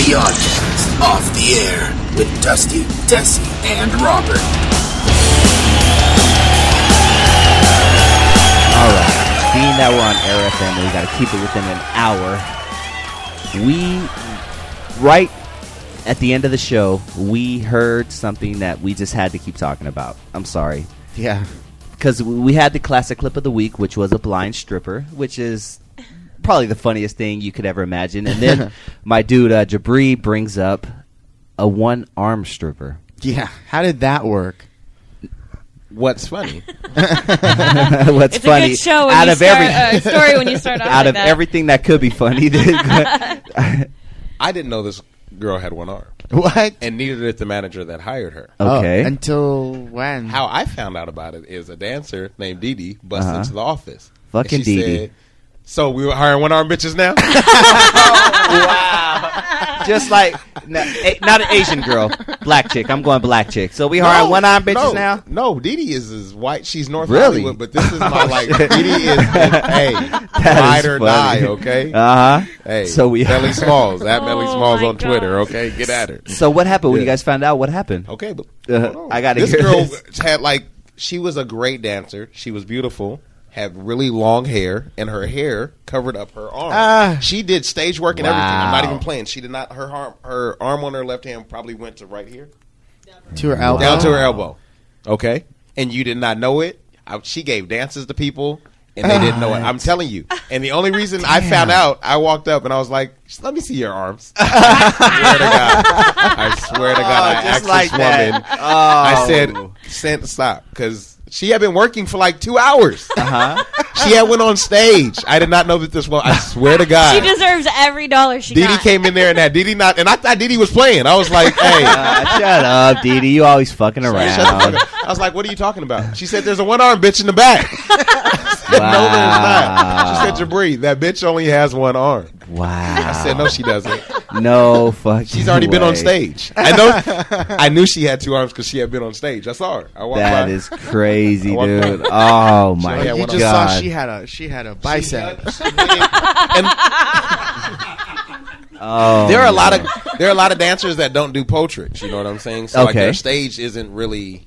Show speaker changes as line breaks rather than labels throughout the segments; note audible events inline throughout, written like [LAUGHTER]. the audience off the air with Dusty, Desi, and Robert.
All right. Being that we're on Air FM, we got to keep it within an hour. We, right at the end of the show, we heard something that we just had to keep talking about. I'm sorry.
Yeah.
Because we had the classic clip of the week, which was a blind stripper, which is probably the funniest thing you could ever imagine. And then my dude, uh, Jabri, brings up a one arm stripper. [LAUGHS]
Yeah. How did that work? [LAUGHS]
What's funny?
[LAUGHS] What's
It's
funny?
a good show when
out
you
of
start,
every
uh, story when you
[LAUGHS]
start off
out
like
of
that.
everything that could be
[LAUGHS]
funny. [LAUGHS]
I didn't know this girl had one arm,
What?
and neither did the manager that hired her.
Oh,
[LAUGHS]
okay.
until when? [LAUGHS]
How I found out about it is a dancer named Dee Dee busted
Uh-huh.
into the office.
Fucking
And she
Dee Dee.
said, So we were hiring one arm
[LAUGHS]
bitches now.
just like no, a, not an Asian girl, black chick. I'm going black chick. So we hiring one arm bitches
no,
now.
No, Dee Dee is, is white. She's North
Really? Oh,
Hollywood, but this is
[LAUGHS]
my like. Dee Dee is, hey, ride or die. Okay,
Uh huh.
hey.
so we- [LAUGHS]
Melly Smalls at Melly
Oh
Smalls
my
on Twitter.
gosh.
Okay, get at her.
So what happened when you
Yeah.
guys found out? What happened?
Okay, but
Uh,
hold on.
I gotta
this
hear
girl
this.
had like she was a great dancer. She was beautiful. Had really long hair, and her hair covered up her arm.
Ah.
she did stage work and everything. I'm not
Wow.
even playing. She did not. Her arm, her arm on her left hand probably went to right here,
To her elbow.
down to her elbow. Okay, and you did not know it. I, she gave dances to people, and they didn't know it. I'm telling you. And the only reason I found out, I walked up and I was like, "Let me see
[LAUGHS]
your arms." I swear to God, I swear to
Oh,
God, I asked this woman. I said, "Sent stop," because she had been working for like two hours.
huh?
she had went on stage. I did not know that this one. I swear to God,
She deserves every dollar she
Didi
got.
came in there and that Didi not, and I thought Didi was playing. I
[LAUGHS]
was like,
[LAUGHS]
"Hey."
Uh, shut up, Dee Dee. You always fucking
Hey, shut the
around.
fuck up. [LAUGHS] I was like, "What are you talking about?" She said, "There's a one arm bitch in the back." [LAUGHS] No, there's
Wow.
not. She said, "Jabri, that bitch only has one arm."
Wow.
I said, "No, she doesn't.
No fucking.
She's already been on
way.
stage." I
Oh,
know. I knew she had two arms because she had been on stage. I saw her. I walked
That
by.
is crazy,
[LAUGHS] I walked by.
dude. Oh
Oh,
my
yeah,
You
one
god.
just saw she had a she had a bicep.
[LAUGHS]
and
oh,
there are a lot of there are a lot of dancers that don't do portraits. You know what I'm saying? So like
Okay.
their stage isn't really.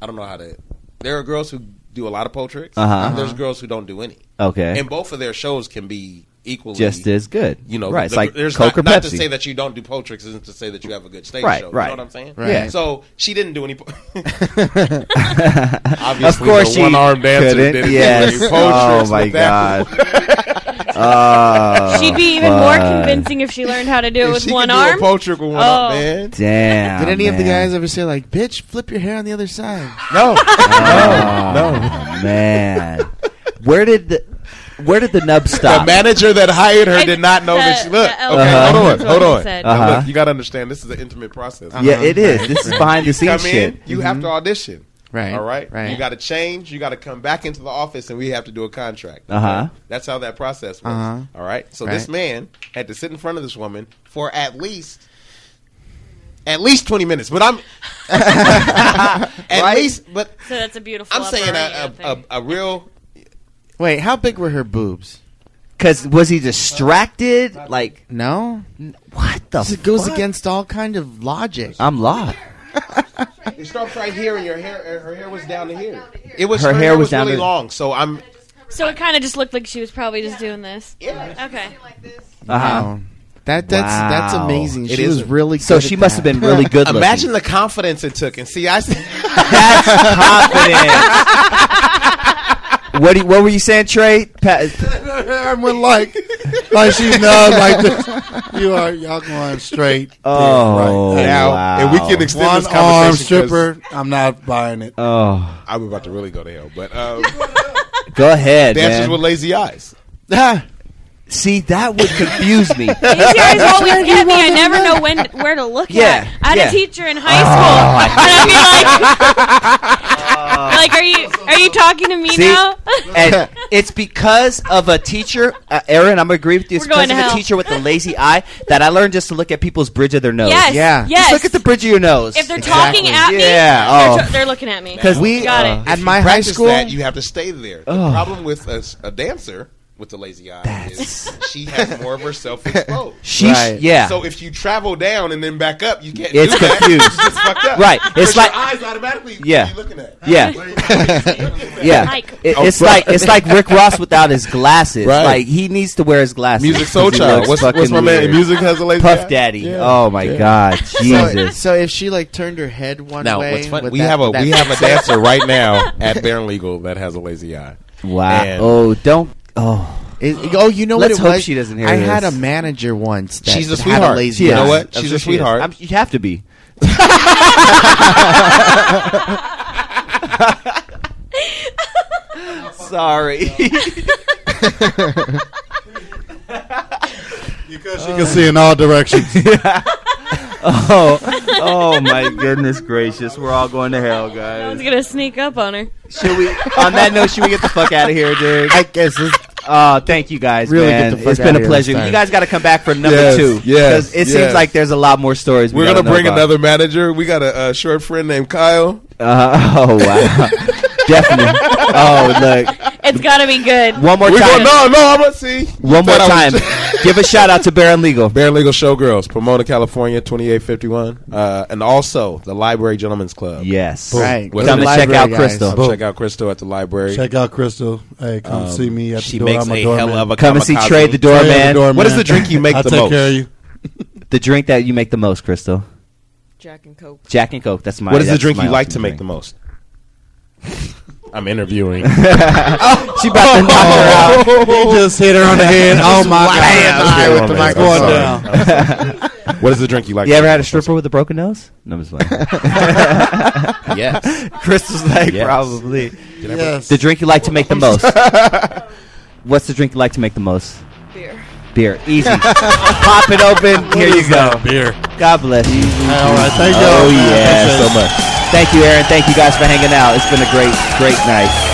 I don't know how to. There are girls who do a lot of portraits.
Uh-huh.
and There's girls who don't do any.
okay.
And both of their shows can be equally
Just as good.
you know,
right?
the-
it's like
there's
Coke
not,
or Pepsi.
not to say that you don't do Poltrix isn't to say that you have a good stage
Right,
show.
right.
You know what I'm saying?
Right.
Yeah.
So she didn't do any.
[LAUGHS]
po-
of [LAUGHS]
Obviously,
course,
the
she
one-arm dancer
couldn't.
didn't do
yes.
any Poltrix
oh
with
my
that.
god.
[LAUGHS]
oh,
She'd be even more
fuck.
convincing if she learned how to do it
If
with
she
one
could
arm.
do a Poltrix with one arm,
Oh.
man.
Damn.
Did any of the
man.
guys ever say like, "Bitch, flip your hair on the other side"?
No,
Oh, man, where did the where did the nub
the
stop?
manager that hired her
It's
did not know that
the-
she look.
the
Okay,
elbow.
hold on,
That's what
hold
he
on.
said. Uh-huh.
Now, look,
Uh-huh.
you got to understand, this is an intimate process.
yeah, it is. This is behind the
Come
scenes shit. Mm-hmm.
in, you have to audition.
Right.
All right.
Right.
You got to change. You got to come back into the office, and we have to do a contract. okay?
Uh-huh.
That's how that process works.
Uh-huh.
All right. So this
Right.
man had to sit in front of this woman for at least at least twenty minutes. But I'm [LAUGHS] at least. But
So that's a beautiful.
I'm
upper
saying
area
a,
thing.
a, a, a real.
Wait, how big were her boobs?
Cause was he distracted? Like
No,
what the?
this goes
fuck? Uh,
against all kind of logic.
I'm lost.
It starts right here, and your hair. uh, Her hair was down to here. It was
Her
her,
hair was down
really
to-
long. So I'm.
so it kind of just looked like she was probably just doing this.
[LAUGHS]
Okay.
Uh huh.
Wow. That that's that's
Wow.
amazing.
It
she was
isn't.
really good
So
at
she must have
that.
been really good. Looking.
Imagine the confidence it took, and see, I. [LAUGHS]
that's confidence. what do you- what were you saying, Trey? Pa-
[LAUGHS]
Everyone like, like she's not like
[LAUGHS]
this. You are y'all going straight.
oh
Right.
now,
wow.
and we can extend
One
this conversation.
arm
'cause
stripper. I'm not buying it.
Oh,
I'm about to really go to hell, but
[LAUGHS]
um,
go ahead,
dancers
man.
with lazy eyes.
Ah,
[LAUGHS] See, that would confuse me.
These guys always get me. I never know when where to look
Yeah,
at. I had
yeah. Oh,
a teacher in high [LAUGHS]
[LAUGHS]
school, and I'd be like, like, are you are you talking to me
Oh. See? [LAUGHS]
now?
and it's because of a teacher, uh, Aaron. I'm gonna agree with you. It's
We're going
because of
to
a
hell.
teacher with a lazy eye that I learned just to look at people's bridge of their nose.
yes.
yeah.
Just
Just
Yes.
look at the bridge of your nose.
if they're
Exactly.
talking at me,
Yeah,
they're,
oh.
t- they're looking at me. [LAUGHS]
because we
Got it.
at my high
Practice
school,
that. You have to stay there. The
Ugh.
problem with a, s- a dancer with the lazy eye
That's-
is she has more of
[LAUGHS]
herself exposed.
She,
Right.
yeah,
So if you travel down and then back up, you can't.
It's
do that.
confused.
[LAUGHS] It's just fucked up.
Right. It's
Because your
like-
eyes automatically.
Yeah.
Yeah. You looking at.
yeah. [LAUGHS] Yeah,
Mike.
It- it's like it's like Rick Ross without his glasses.
Right.
Like he needs to wear his glasses.
Music
'cause
Soul
he
Child.
looks
What's, what's
fucking
my man?
weird.
Music has a lazy eye?
Puff Daddy.
Yeah.
Oh my God,
So,
Jesus!
so if she like turned her head one
Now,
way,
what's funny?
would
We
that-
have a
that-
we
[LAUGHS]
have a dancer right now at Baron Legal that has a lazy eye.
Wow.
And
Oh, don't. Oh,
It- oh, you know
Let's
what? It
hope
was?
she doesn't hear
I
this.
had a manager once. That
She's a
had
sweetheart.
lazy
You
eye.
know what?
I'm sure
She's a
she is.
sweetheart.
I'm- you have to be. [LAUGHS]
[LAUGHS]
Sorry.
Because she can see in all directions.
oh, oh my goodness gracious! We're all going to hell,
I was
guys.
gonna sneak up on her.
Should we? On that note, should we get the fuck out of here, dude?
I guess this,
Oh, thank you guys,
Really
man.
get the fuck
it's been
outta
a
here
pleasure.
this time.
You guys got to come back for number
Yes,
two.
yes,
'cause it
yes.
seems like there's a lot more stories. we
We're
gotta
gonna
know
bring
about.
another manager. We got a, a short friend named Kyle.
Uh, oh wow, [LAUGHS] definitely. Oh look,
It's gotta be good.
one more
We're
time.
going, no, no, I'm gonna see.
One more
Thought I [LAUGHS]
time.
was-
Give a shout out to Baron Legal.
Baron Legal Showgirls, Pomona, California, 2851. Uh, and also the Library Gentlemen's Club.
Yes.
right.
Well,
Go
come
to
and check
library,
out
guys.
Crystal.
Come check out Crystal at the library. Um,
Check out Crystal. Hey, come see me at the
she
door.
makes
I'm a
a
doorman.
hell of a
Come and see
kamikaze.
Trey the
Trey, I'm a
doorman.
doorman.
What is the drink you make
I'll
the
take
most?
care of
[LAUGHS]
you.
The drink that you make the most, Crystal.
Jack and Coke.
Jack and Coke. That's my.
What is the
that's
drink
my
you like
ultimate
to make the
drink.
most?
[LAUGHS]
I'm interviewing. Oh,
She about to knock her out. [LAUGHS]
He just hit her on the
[LAUGHS]
head. Oh my
Bam,
god!
Oh. I with the
It's going
Oh,
microphone.
down. [LAUGHS]
[LAUGHS] What is the drink you like?
You
to
ever
make
had a
the most?
stripper with a broken nose? No, [LAUGHS] I'm just playing.
Yes.
Crystal's like
Yes.
probably
Yes.
the drink you like to make the most. What's the drink you like to make the most?
Beer.
Beer. Easy. Pop it open. Here you go.
beer. Oh,
God bless you.
All right, thank you.
Oh yeah, so much. Thank you, Aaron. Thank you guys for hanging out. It's been a great, great night.